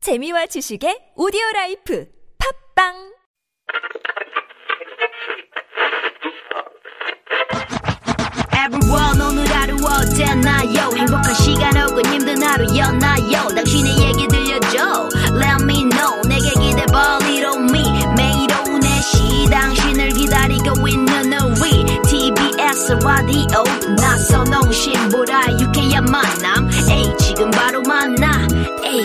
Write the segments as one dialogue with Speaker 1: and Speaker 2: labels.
Speaker 1: 재미와 지식의 오디오 라이프 팝빵
Speaker 2: Everyone 오늘 하루 어땠나요 행복한 시간 혹은 힘든 하루였나요 당신의 얘기 들려줘 Let me know 내게 기대 벌리로 me 매일 오후 4시 당신을 기다리고 있는 우리 TBS 라디오 나선홍 신보라 유쾌한 만남 에이 지금 바로 만나 에이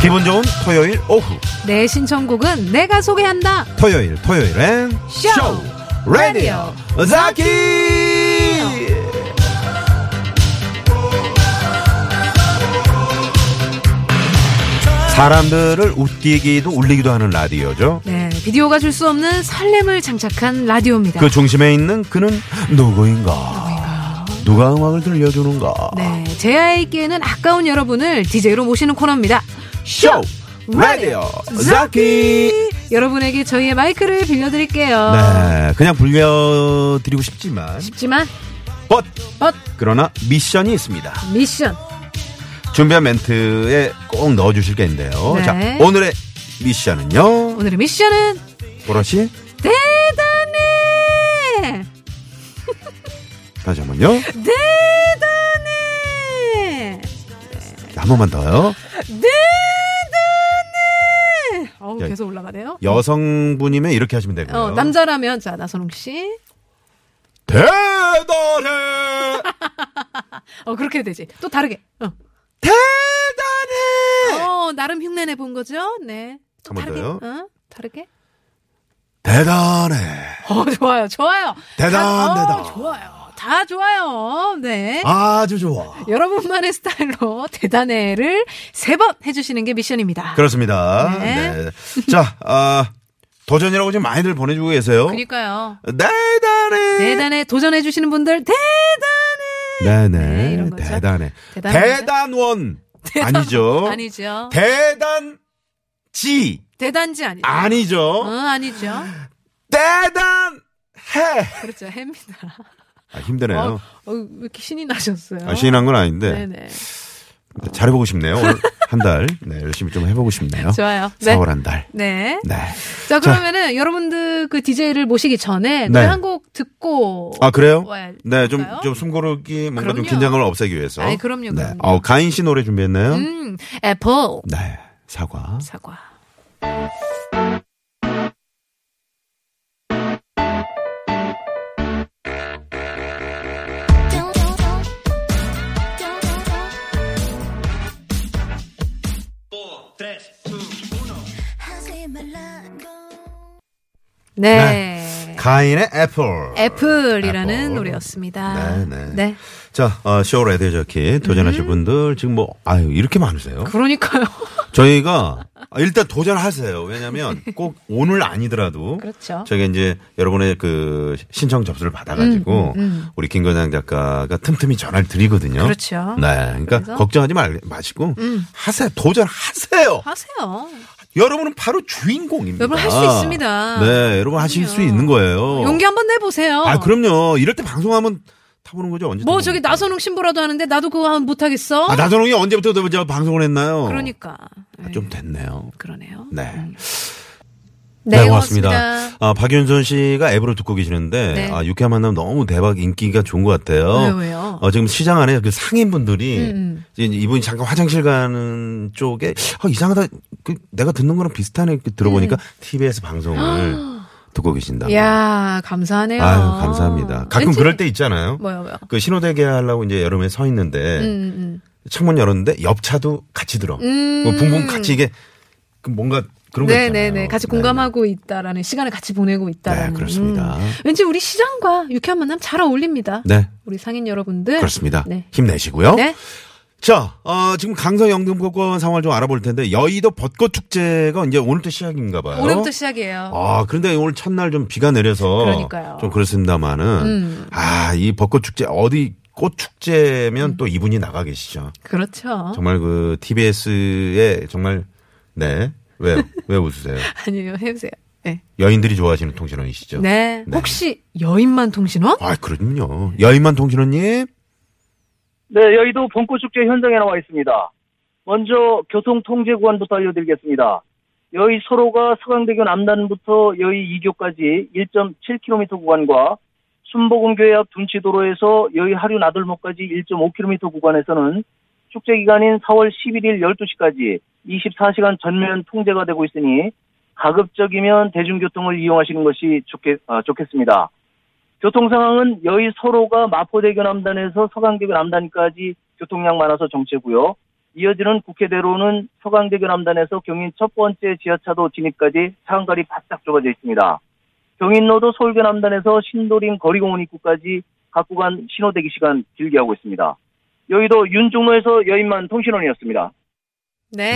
Speaker 3: 기분 좋은 토요일 오후
Speaker 4: 내 신청곡은 내가 소개한다.
Speaker 3: 토요일 토요일엔
Speaker 4: 쇼!
Speaker 3: 라디오 자키 사람들을 웃기기도 울리기도 하는 라디오죠
Speaker 4: 네, 비디오가 줄 수 없는 설렘을 장착한 라디오입니다.
Speaker 3: 그 중심에 있는 그는 누구인가 누가 음악을 들려주는가
Speaker 4: 네, 제아의 있기에는 아까운 여러분을 DJ로 모시는 코너입니다.
Speaker 3: 쇼 라디오 자키
Speaker 4: 여러분에게 저희의 마이크를 빌려드릴게요.
Speaker 3: 네 그냥 불려드리고 싶지만
Speaker 4: 쉽지만
Speaker 3: but
Speaker 4: 엇
Speaker 3: 그러나 미션이 있습니다
Speaker 4: 미션
Speaker 3: 준비한 멘트에 꼭 넣어주실 게 있는데요.
Speaker 4: 네.
Speaker 3: 자, 오늘의 미션은요.
Speaker 4: 오늘의 미션은
Speaker 3: 보라씨,
Speaker 4: 대단해,
Speaker 3: 다시 한 번요.
Speaker 4: 대단해,
Speaker 3: 한 번만 더요.
Speaker 4: 대단해. 어우
Speaker 3: 야,
Speaker 4: 계속 올라가네요.
Speaker 3: 여성분이면 이렇게 하시면 되고요.
Speaker 4: 어, 남자라면 자 나선홍 씨.
Speaker 3: 대단해!
Speaker 4: 어 그렇게 되지. 또 다르게. 어.
Speaker 3: 대단해!
Speaker 4: 어, 나름 흉내내 본 거죠? 네. 또
Speaker 3: 한번
Speaker 4: 다르게.
Speaker 3: 더요.
Speaker 4: 어? 다르게?
Speaker 3: 대단해!
Speaker 4: 어, 좋아요. 좋아요.
Speaker 3: 대단하다.
Speaker 4: 다, 어, 좋아요. 다 좋아요. 네.
Speaker 3: 아주 좋아.
Speaker 4: 여러분만의 스타일로 대단해를 세 번 해주시는 게 미션입니다.
Speaker 3: 그렇죠? 그렇습니다.
Speaker 4: 네.
Speaker 3: 네. 자, 아, 도전이라고 지금 많이들 보내주고 계세요.
Speaker 4: 그러니까요.
Speaker 3: 대단해!
Speaker 4: 대단해 도전해주시는 분들 대단해. 네,
Speaker 3: 네네.
Speaker 4: 이런 거죠.
Speaker 3: 대단해.
Speaker 4: 대단합니다.
Speaker 3: 대단원. 아니죠.
Speaker 4: 아니죠.
Speaker 3: 대단지.
Speaker 4: 대단지 아니죠.
Speaker 3: 아니죠.
Speaker 4: 어, 아니죠.
Speaker 3: 대단해.
Speaker 4: 그렇죠. 해입니다.
Speaker 3: 아, 힘드네요.
Speaker 4: 어, 어, 왜 이렇게 신이 나셨어요?
Speaker 3: 아, 신한 건 아닌데
Speaker 4: 네네.
Speaker 3: 잘해보고 싶네요. 오늘 한 달. 네, 열심히 좀 해보고 싶네요.
Speaker 4: 좋아요. 네.
Speaker 3: 4월 한 달.
Speaker 4: 네.
Speaker 3: 네.
Speaker 4: 자, 그러면은 여러분들 그 DJ를 모시기 전에 노래
Speaker 3: 네.
Speaker 4: 한 곡 듣고
Speaker 3: 아, 그래요?
Speaker 4: 와야
Speaker 3: 네, 좀,
Speaker 4: 될까요?
Speaker 3: 좀 숨고르기, 뭔가 좀
Speaker 4: 어, 그럼요.
Speaker 3: 긴장감을 없애기 위해서.
Speaker 4: 아이, 그럼요,
Speaker 3: 네.
Speaker 4: 그럼요.
Speaker 3: 어, 가인 씨 노래 준비했나요?
Speaker 4: 음, 애플
Speaker 3: 네. 사과.
Speaker 4: 사과. 네.
Speaker 3: 가인의 애플.
Speaker 4: 애플이라는
Speaker 3: 애플.
Speaker 4: 노래였습니다.
Speaker 3: 네, 네. 자, 어, 쇼 레드 저키
Speaker 4: 음.
Speaker 3: 도전하실 분들 지금 뭐, 아유, 이렇게 많으세요?
Speaker 4: 그러니까요.
Speaker 3: 저희가 일단 도전하세요. 왜냐면 꼭 오늘 아니더라도
Speaker 4: 그렇죠.
Speaker 3: 저희가 이제 여러분의 그 신청 접수를 받아가지고 우리 김건양 작가가 틈틈이 전화를 드리거든요.
Speaker 4: 음, 그렇죠.
Speaker 3: 네, 그러니까
Speaker 4: 그래서? 음.
Speaker 3: 걱정하지 말, 마시고 하세요. 도전하세요.
Speaker 4: 하세요.
Speaker 3: 어. 여러분은 바로 주인공입니다.
Speaker 4: 여러분 할수 있습니다. 어,
Speaker 3: 네, 여러분 하실 수 있는 거예요.
Speaker 4: 용기 한번 내보세요.
Speaker 3: 아, 그럼요. 이럴 때 방송하면 타보는 거죠. 언제?
Speaker 4: 뭐
Speaker 3: 타보는
Speaker 4: 저기
Speaker 3: 거죠?
Speaker 4: 나선홍 신보라도 하는데 나도 그거 하면 못하겠어?
Speaker 3: 아, 나선홍이 언제부터 저 방송을 했나요?
Speaker 4: 그러니까.
Speaker 3: 아, 좀 됐네요.
Speaker 4: 그러네요. 음.
Speaker 3: 네.
Speaker 4: 네, 고맙습니다.
Speaker 3: 고맙습니다. 아, 박윤선 씨가 앱으로 듣고 계시는데
Speaker 4: 네.
Speaker 3: 아, 유쾌한 만남 너무 대박 인기가 좋은 것 같아요.
Speaker 4: 왜요, 왜요? 음,
Speaker 3: 어, 지금 시장 안에 그 상인분들이 이제 이분이 잠깐 화장실 가는 쪽에 어, 이상하다. 그 내가 듣는 거랑 비슷하네. 이렇게 들어보니까 TBS 방송을 듣고 계신다.
Speaker 4: 음. 이야, 감사하네요.
Speaker 3: 아유, 감사합니다. 가끔
Speaker 4: 왠지-
Speaker 3: 그럴 때 있잖아요.
Speaker 4: 뭐요, 뭐요?
Speaker 3: 그 신호대기 하려고 이제 여름에 서 있는데
Speaker 4: 음,
Speaker 3: 창문 열었는데 옆 차도 같이 들어.
Speaker 4: 음.
Speaker 3: 뭐 붕붕 같이 이게 그 뭔가 그런 거 있잖아요.
Speaker 4: 네네네. 같이
Speaker 3: 네네.
Speaker 4: 공감하고 있다라는, 시간을 같이 보내고 있다라는. 음.
Speaker 3: 네, 그렇습니다.
Speaker 4: 왠지 우리 시장과 유쾌한 만남 잘 어울립니다.
Speaker 3: 네.
Speaker 4: 우리 상인 여러분들.
Speaker 3: 그렇습니다.
Speaker 4: 네.
Speaker 3: 힘내시고요.
Speaker 4: 네.
Speaker 3: 자, 어, 지금 강서 영등포권 상황을 좀 알아볼 텐데 여의도 벚꽃 축제가 이제 오늘부터 시작인가 봐요.
Speaker 4: 올해부터 시작이에요.
Speaker 3: 아, 그런데 오늘 첫날 좀 비가 내려서
Speaker 4: 그러니까요. 음.
Speaker 3: 좀 그렇습니다만은 아, 이 벚꽃 축제 어디 꽃 축제면 또 이분이 나가 계시죠.
Speaker 4: 그렇죠.
Speaker 3: 정말 그 TBS에 정말 네 왜요? 왜 웃으세요?
Speaker 4: 아니요, 해보세요. 네.
Speaker 3: 여인들이 좋아하시는 통신원이시죠?
Speaker 4: 네.
Speaker 3: 네.
Speaker 4: 혹시 여인만 통신원?
Speaker 3: 아, 그럼요. 여인만 통신원님.
Speaker 5: 네, 여의도 벚꽃축제 현장에 나와 있습니다. 먼저 교통통제구간부터 알려드리겠습니다. 여의 서로가 서강대교 남단부터 여의 2교까지 1.7km 구간과 순복음교회 앞 둔치도로에서 여의 하류 나들목까지 1.5km 구간에서는 축제 기간인 4월 11일 12시까지 24시간 전면 통제가 되고 있으니 가급적이면 대중교통을 이용하시는 것이 좋겠, 어, 좋겠습니다. 교통 상황은 여의 서로가 마포대교 남단에서 서강대교 남단까지 교통량 많아서 정체고요. 이어지는 국회대로는 서강대교 남단에서 경인 첫 번째 지하차도 진입까지 차간거리 바짝 좁아져 있습니다. 경인로도 서울교 남단에서 신도림 거리공원 입구까지 각 구간 신호대기 시간 길게 하고 있습니다. 여의도 윤종로에서 여인만 통신원이었습니다.
Speaker 4: 네,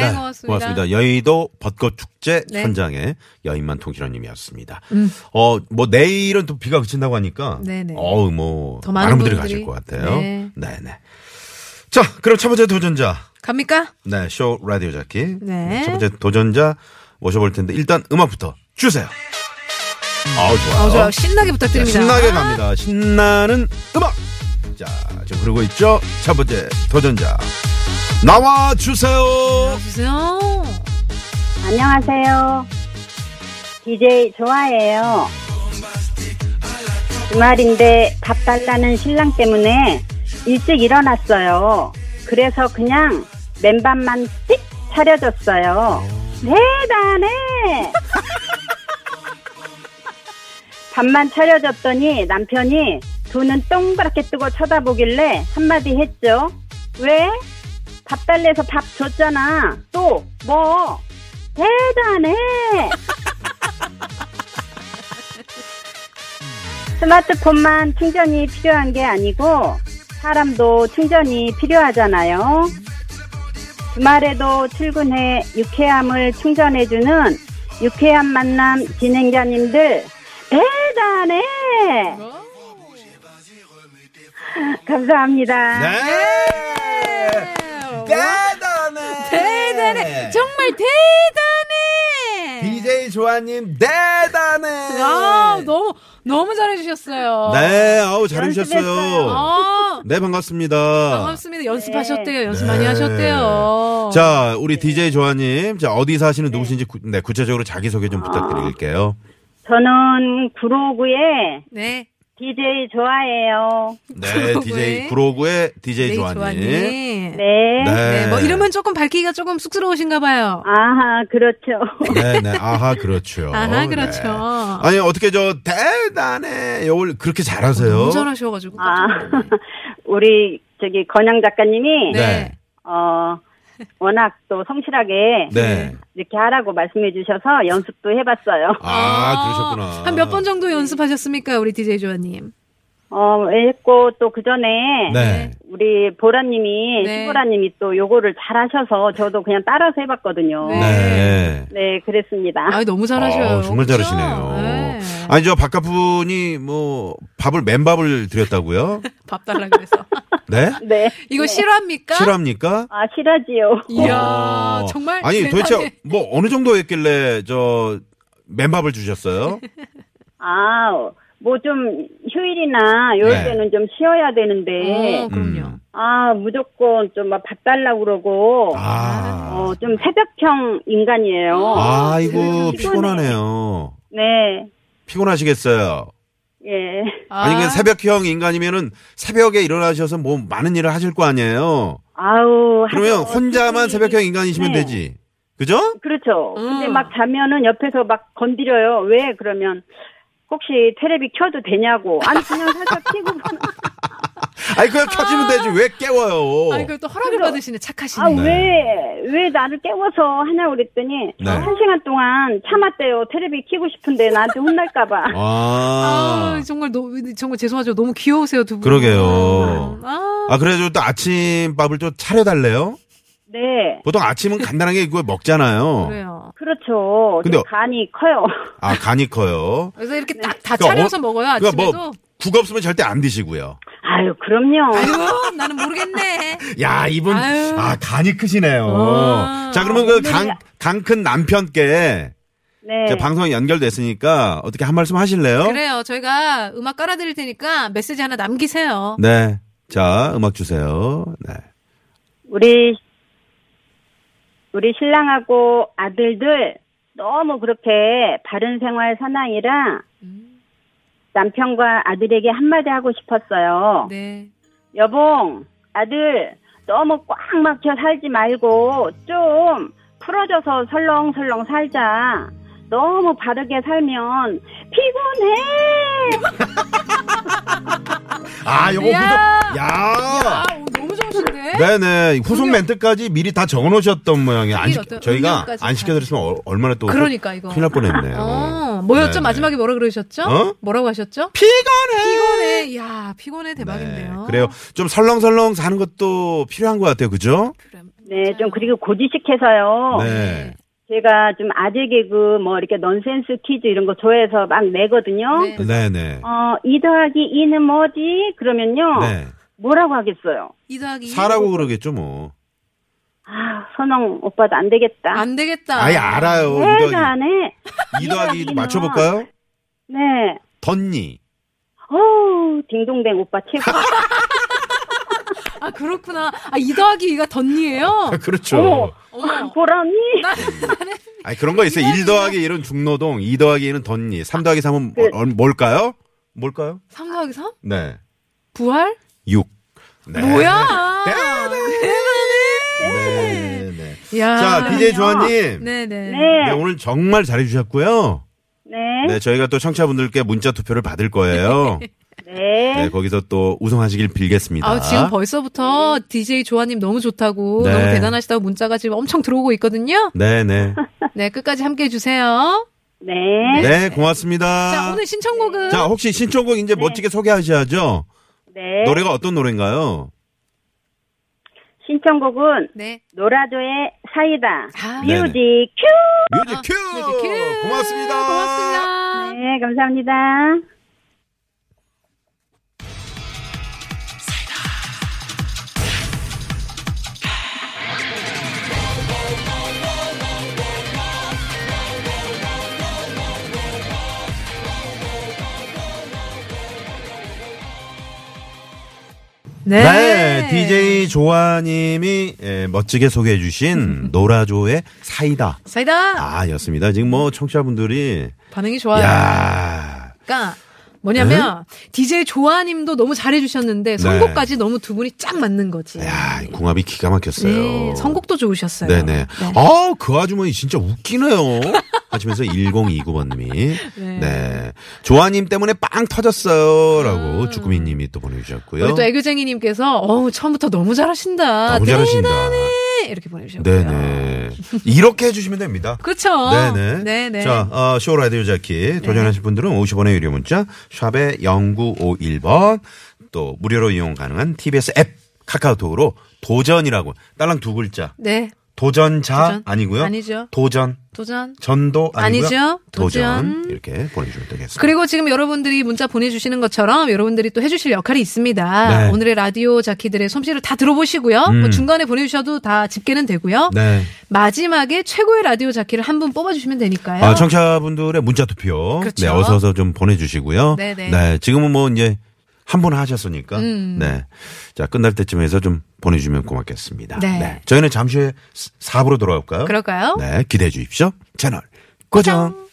Speaker 4: 고맙습니다.
Speaker 3: 여의도 벚꽃 축제
Speaker 4: 네.
Speaker 3: 현장에 여인만 통신원님이었습니다.
Speaker 4: 음.
Speaker 3: 어, 뭐 내일은 또 비가 그친다고 하니까
Speaker 4: 네네.
Speaker 3: 어우, 뭐
Speaker 4: 더 많은
Speaker 3: 많은 분들이
Speaker 4: 분들이-
Speaker 3: 가실 것 같아요.
Speaker 4: 네.
Speaker 3: 네, 네. 자, 그럼 첫 번째 도전자.
Speaker 4: 갑니까?
Speaker 3: 네, 쇼 라디오 잡기.
Speaker 4: 네.
Speaker 3: 첫 번째 도전자 모셔볼 텐데 일단 음악부터 주세요. 아우 좋아요.
Speaker 4: 어, 저 신나게
Speaker 3: 자,
Speaker 4: 부탁드립니다.
Speaker 3: 신나게 갑니다. 신나는 음악. 자, 지금 흐르고 있죠. 첫 번째 도전자 나와 주세요.
Speaker 4: 주세요.
Speaker 6: 안녕하세요. DJ 좋아해요. 주말인데 밥 달라는 신랑 때문에 일찍 일어났어요. 그래서 그냥 맨밥만 띡 차려줬어요. 대단해! 밥만 차려줬더니 남편이 두 눈 동그랗게 뜨고 쳐다보길래 한마디 했죠. 왜? 밥 달래서 밥 줬잖아. 또, 뭐? 대단해! 스마트폰만 충전이 필요한 게 아니고 사람도 충전이 필요하잖아요. 주말에도 출근해 유쾌함을 충전해주는 유쾌한 만남 진행자님들 대단해!
Speaker 4: 네.
Speaker 6: 감사합니다.
Speaker 3: 네. 대단해.
Speaker 4: 대단해. 정말 대단해.
Speaker 3: DJ 조아님 대단해.
Speaker 4: 야, 너무 너무 잘해 주셨어요.
Speaker 3: 네, 아우 잘해주셨어요.
Speaker 4: 아,
Speaker 3: 네 반갑습니다.
Speaker 4: 반갑습니다. 연습하셨대요. 연습 많이 하셨대요.
Speaker 3: 네.
Speaker 4: 네.
Speaker 3: 자, 우리 DJ 조아님, 자 어디 사시는 누구신지 구, 네 구체적으로 자기 소개
Speaker 4: 아,
Speaker 3: 좀 부탁드릴게요.
Speaker 6: 저는 구로구에
Speaker 4: 네.
Speaker 6: DJ 좋아해요.
Speaker 3: 네,
Speaker 4: 구로구의-
Speaker 3: DJ 구로구의 DJ
Speaker 4: 네,
Speaker 3: 조아님.
Speaker 4: 조아님.
Speaker 6: 네.
Speaker 4: 네, 뭐 이름은 조금 밝히기가 조금 쑥스러우신가 봐요.
Speaker 6: 아하, 그렇죠.
Speaker 3: 네, 네, 아하 그렇죠.
Speaker 4: 아하,
Speaker 3: 네.
Speaker 4: 그렇죠.
Speaker 3: 아니 어떻게 저 대단해 요걸 그렇게 잘하세요?
Speaker 4: 너무 잘하셔가지고.
Speaker 6: 아,
Speaker 4: 깜짝 놀랐네.
Speaker 6: 우리 저기 건양 작가님이
Speaker 3: 네.
Speaker 6: 어 워낙 또 성실하게
Speaker 3: 네.
Speaker 6: 이렇게 하라고 말씀해 주셔서 연습도 해봤어요.
Speaker 3: 아, 그러셨구나.
Speaker 4: 한 몇 번 정도 연습하셨습니까, 우리 DJ 조아님?
Speaker 6: 어 했고 또 그 전에
Speaker 3: 네.
Speaker 6: 우리 보라님이
Speaker 4: 네.
Speaker 6: 시보라님이 또 요거를 잘하셔서 저도 그냥 따라서 해봤거든요.
Speaker 4: 네.
Speaker 6: 네,
Speaker 3: 네.
Speaker 6: 그랬습니다.
Speaker 4: 아, 너무 잘하셔요.
Speaker 3: 아, 정말
Speaker 4: 그렇죠?
Speaker 3: 잘하시네요.
Speaker 4: 네.
Speaker 3: 아니 저 바깥 분이 뭐 밥을 맨밥을 드렸다고요?
Speaker 4: 밥 달라 그래서.
Speaker 3: 네?
Speaker 6: 네.
Speaker 4: 이거 실화입니까?
Speaker 3: 실합니까?
Speaker 6: 아 실하지요.
Speaker 4: 이야,
Speaker 3: 어.
Speaker 4: 정말.
Speaker 3: 아니
Speaker 4: 세상에.
Speaker 3: 도대체 뭐 어느 정도 했길래 저 맨밥을 주셨어요?
Speaker 6: 아, 뭐 좀 휴일이나 요럴
Speaker 3: 네.
Speaker 6: 때는 좀 쉬어야
Speaker 4: 어,
Speaker 6: 되는데,
Speaker 4: 그럼요.
Speaker 3: 음.
Speaker 6: 아, 무조건 좀 막 밥 달라고 그러고,
Speaker 3: 아.
Speaker 6: 어, 좀 새벽형 인간이에요.
Speaker 3: 아이고
Speaker 6: 피곤해.
Speaker 3: 피곤하네요.
Speaker 6: 네,
Speaker 3: 피곤하시겠어요.
Speaker 6: 예.
Speaker 3: 아니 그 새벽형 인간이면은 새벽에 일어나셔서 뭐 많은 일을 하실 거 아니에요.
Speaker 6: 아우.
Speaker 3: 그러면
Speaker 6: 하죠.
Speaker 3: 혼자만
Speaker 6: 충분히.
Speaker 3: 새벽형 인간이시면
Speaker 6: 네.
Speaker 3: 되지. 그죠?
Speaker 6: 그렇죠.
Speaker 4: 음.
Speaker 6: 근데 막 자면은 옆에서 막 건드려요. 왜? 그러면. 혹시 테레비 켜도 되냐고. 아니, 그냥 살짝 피고.
Speaker 3: 아니 그냥 켜지면 되지 왜 깨워요?
Speaker 4: 아, 이걸 또 허락을
Speaker 6: 그래서-
Speaker 4: 받으시네, 착하시네.
Speaker 6: 아,
Speaker 3: 네.
Speaker 6: 왜, 왜 나를 깨워서 하냐고 그랬더니,
Speaker 3: 네.
Speaker 6: 한 시간 동안 참았대요. 테레비 켜고 싶은데 나한테 혼날까봐.
Speaker 3: 아.
Speaker 4: 아, 정말, 너, 정말 죄송하죠. 너무 귀여우세요, 두 분.
Speaker 3: 그러게요.
Speaker 4: 아,
Speaker 3: 아 그래도 또 아침밥을 또 차려달래요?
Speaker 6: 네.
Speaker 3: 보통 아침은 간단하게 이거 먹잖아요.
Speaker 4: 그래요.
Speaker 6: 그렇죠.
Speaker 3: 근데
Speaker 6: 근데 간이 커요.
Speaker 3: 아 간이 커요.
Speaker 4: 그래서 이렇게 딱 다
Speaker 3: 그러니까
Speaker 4: 아, 차려서
Speaker 3: 어-
Speaker 4: 먹어요,
Speaker 3: 그러니까
Speaker 4: 아침에도.
Speaker 3: 뭐 국 없으면 절대 안 드시고요.
Speaker 6: 아유, 그럼요.
Speaker 4: 아이고, 나는 모르겠네.
Speaker 3: 야, 이분,
Speaker 4: 아유.
Speaker 3: 아, 간이 크시네요.
Speaker 4: 어.
Speaker 3: 자, 그러면 그 간, 간 큰 남편께
Speaker 6: 네.
Speaker 3: 제 방송이 연결됐으니까 어떻게 한 말씀 하실래요?
Speaker 4: 그래요. 저희가 음악 깔아드릴 테니까 메시지 하나 남기세요.
Speaker 3: 네. 자, 음악 주세요. 네.
Speaker 6: 우리 우리 신랑하고 아들들 너무 그렇게 바른 생활 사나이라 남편과 아들에게 한마디 하고 싶었어요.
Speaker 4: 네.
Speaker 6: 여봉, 아들 너무 꽉 막혀 살지 말고 좀 풀어져서 설렁설렁 살자. 너무 바르게 살면 피곤해.
Speaker 3: 아, 요거
Speaker 4: 야.
Speaker 3: 후속,
Speaker 4: 아,
Speaker 3: 야.
Speaker 4: 너무 좋으신데?
Speaker 3: 네네. 후속 멘트까지 미리 다 적어 놓으셨던 모양이에요. 안
Speaker 4: 이게
Speaker 3: 시,
Speaker 4: 어떤
Speaker 3: 저희가
Speaker 4: 음료까지
Speaker 3: 안 시켜드렸으면 어- 얼마나 또.
Speaker 4: 그러니까, 이거.
Speaker 3: 큰일 날 뻔했네요.
Speaker 4: 어,
Speaker 3: 네,
Speaker 4: 뭐였죠? 마지막에 뭐라 그러셨죠?
Speaker 3: 어?
Speaker 4: 뭐라고 하셨죠?
Speaker 3: 피곤해!
Speaker 4: 피곤해. 이야,
Speaker 3: 네,
Speaker 4: 피곤해. 대박인데요.
Speaker 3: 그래요. 좀 설렁설렁 사는 것도 필요한 것 같아요. 그죠?
Speaker 6: 네, 좀 그리고 고지식해서요.
Speaker 3: 네.
Speaker 6: 제가 좀 아재 개그 뭐 이렇게 넌센스 퀴즈 이런 거 좋아해서 막 내거든요.
Speaker 4: 네.
Speaker 3: 네네.
Speaker 6: 어, 2 더하기 2는 뭐지? 그러면요.
Speaker 3: 네.
Speaker 6: 뭐라고 하겠어요?
Speaker 4: 이 더하기 이.
Speaker 3: 사라고 그러겠죠, 뭐.
Speaker 6: 아, 선홍 오빠도 안 되겠다. 네,
Speaker 4: 안 되겠다.
Speaker 3: 아예 알아요. 어, 이
Speaker 6: 왜가
Speaker 3: 더하기,
Speaker 6: 안 해?
Speaker 3: 이 더하기
Speaker 6: 이는.
Speaker 3: 맞춰볼까요?
Speaker 6: 네.
Speaker 3: 덧니.
Speaker 6: 어우, 딩동댕 오빠 최고.
Speaker 4: 아, 그렇구나. 아, 이 더하기 이가 덧니예요
Speaker 3: 아,
Speaker 6: 어머,
Speaker 3: 그렇죠.
Speaker 4: 어머.
Speaker 6: 보라 언니.
Speaker 3: 아 그런 거 있어요. 1 더하기 1은 중노동, 2 더하기 1은 덧니, 3 더하기
Speaker 6: 아,
Speaker 3: 3은
Speaker 6: 그
Speaker 3: 뭐- 어, 뭘까요? 뭘까요?
Speaker 4: 3 더하기 3?
Speaker 3: 네.
Speaker 4: 부활?
Speaker 3: 6. 네.
Speaker 4: 뭐야?
Speaker 3: 네, 네.
Speaker 4: 야.
Speaker 3: 자, DJ 조아님.
Speaker 4: 아, 네네.
Speaker 3: 네,
Speaker 6: 네.
Speaker 3: 오늘 정말 잘해주셨고요.
Speaker 6: 네.
Speaker 3: 네, 저희가 또 청취자분들께 문자 투표를 받을 거예요. 네,
Speaker 6: 네.
Speaker 3: 거기서 또 우승하시길 빌겠습니다.
Speaker 4: 아, 지금 벌써부터 DJ 조아님 너무 좋다고,
Speaker 3: 네.
Speaker 4: 너무 대단하시다고 문자가 지금 엄청 들어오고 있거든요.
Speaker 3: 네네.
Speaker 4: 네, 끝까지 함께 해주세요.
Speaker 6: 네.
Speaker 3: 네, 고맙습니다.
Speaker 4: 자, 오늘 그 네. 신청곡은.
Speaker 3: 자, 어. 혹시 신청곡 이제 멋지게 소개하셔야죠.
Speaker 6: 네.
Speaker 3: 노래가 어떤 노래인가요?
Speaker 6: 신청곡은
Speaker 4: 네.
Speaker 6: 노라조의 사이다.
Speaker 4: 아,
Speaker 3: 네.
Speaker 6: 뮤직 큐.
Speaker 3: 뮤직 큐!
Speaker 4: 뮤직 큐!
Speaker 3: 그렇죠. 고맙습니다.
Speaker 4: 고맙습니다.
Speaker 6: 네, 감사합니다.
Speaker 3: 네, DJ 조아님이 예, 멋지게 소개해주신 노라조의 사이다.
Speaker 4: 사이다!
Speaker 3: 아, 였습니다. 지금 뭐 청취자분들이,
Speaker 4: 반응이 좋아요.
Speaker 3: 야
Speaker 4: 그러니까 뭐냐면
Speaker 3: 네.
Speaker 4: DJ 조아님도 너무 잘해주셨는데 선곡까지 너무 두 분이 쫙 맞는 거지.
Speaker 3: 야, 이 궁합이 기가 막혔어요.
Speaker 4: 네, 선곡도 좋으셨어요.
Speaker 3: 네네. 아, 그 아주머니 진짜 웃기네요. 하시면서 1029번님이.
Speaker 4: 네.
Speaker 3: 네. 조아님 때문에 빵 터졌어요. 라고 주꾸미님이 또 보내주셨고요.
Speaker 4: 아. 우리 또 애교쟁이님께서 어우 처음부터 너무 잘하신다.
Speaker 3: 너무 잘하신다.
Speaker 4: 대단해. 이렇게 보내주셨고요.
Speaker 3: 아, 네네. 이렇게 해주시면 됩니다.
Speaker 4: 그렇죠.
Speaker 3: 네네. 네.
Speaker 4: 네네.
Speaker 3: 자, 어, 쇼라디오 자키 도전하실 분들은 50원의 유료 문자, 샵의 0951번, 또 무료로 이용 가능한 TBS 앱, 카카오톡으로 도전이라고, 딸랑 두 글자.
Speaker 4: 네.
Speaker 3: 도전자
Speaker 4: 도전?
Speaker 3: 아니고요.
Speaker 4: 아니죠.
Speaker 3: 도전.
Speaker 4: 도전.
Speaker 3: 전도 아니고요.
Speaker 4: 아니죠.
Speaker 3: 도전.
Speaker 4: 도전.
Speaker 3: 이렇게 보내주면 되겠습니다.
Speaker 4: 그리고 지금 여러분들이 문자 보내주시는 것처럼 여러분들이 또 해주실 역할이 있습니다.
Speaker 3: 네. 음.
Speaker 4: 오늘의 라디오 자키들의 솜씨를 다 들어보시고요. 뭐 중간에 보내주셔도 다 집계는 되고요.
Speaker 3: 네.
Speaker 4: 마지막에 최고의 라디오 자키를 한 분 뽑아주시면 되니까요.
Speaker 3: 아, 청취자분들의 문자 투표.
Speaker 4: 그렇죠.
Speaker 3: 네, 어서 어서 좀 보내주시고요.
Speaker 4: 네네.
Speaker 3: 네, 지금은 뭐 이제 한 번 하셨으니까.
Speaker 4: 음.
Speaker 3: 네. 자, 끝날 때쯤에서 좀 보내주면 고맙겠습니다.
Speaker 4: 네.
Speaker 3: 저희는 잠시 후에 4부로 돌아올까요?
Speaker 4: 그럴까요?
Speaker 3: 네, 기대해 주십시오. 채널 고정.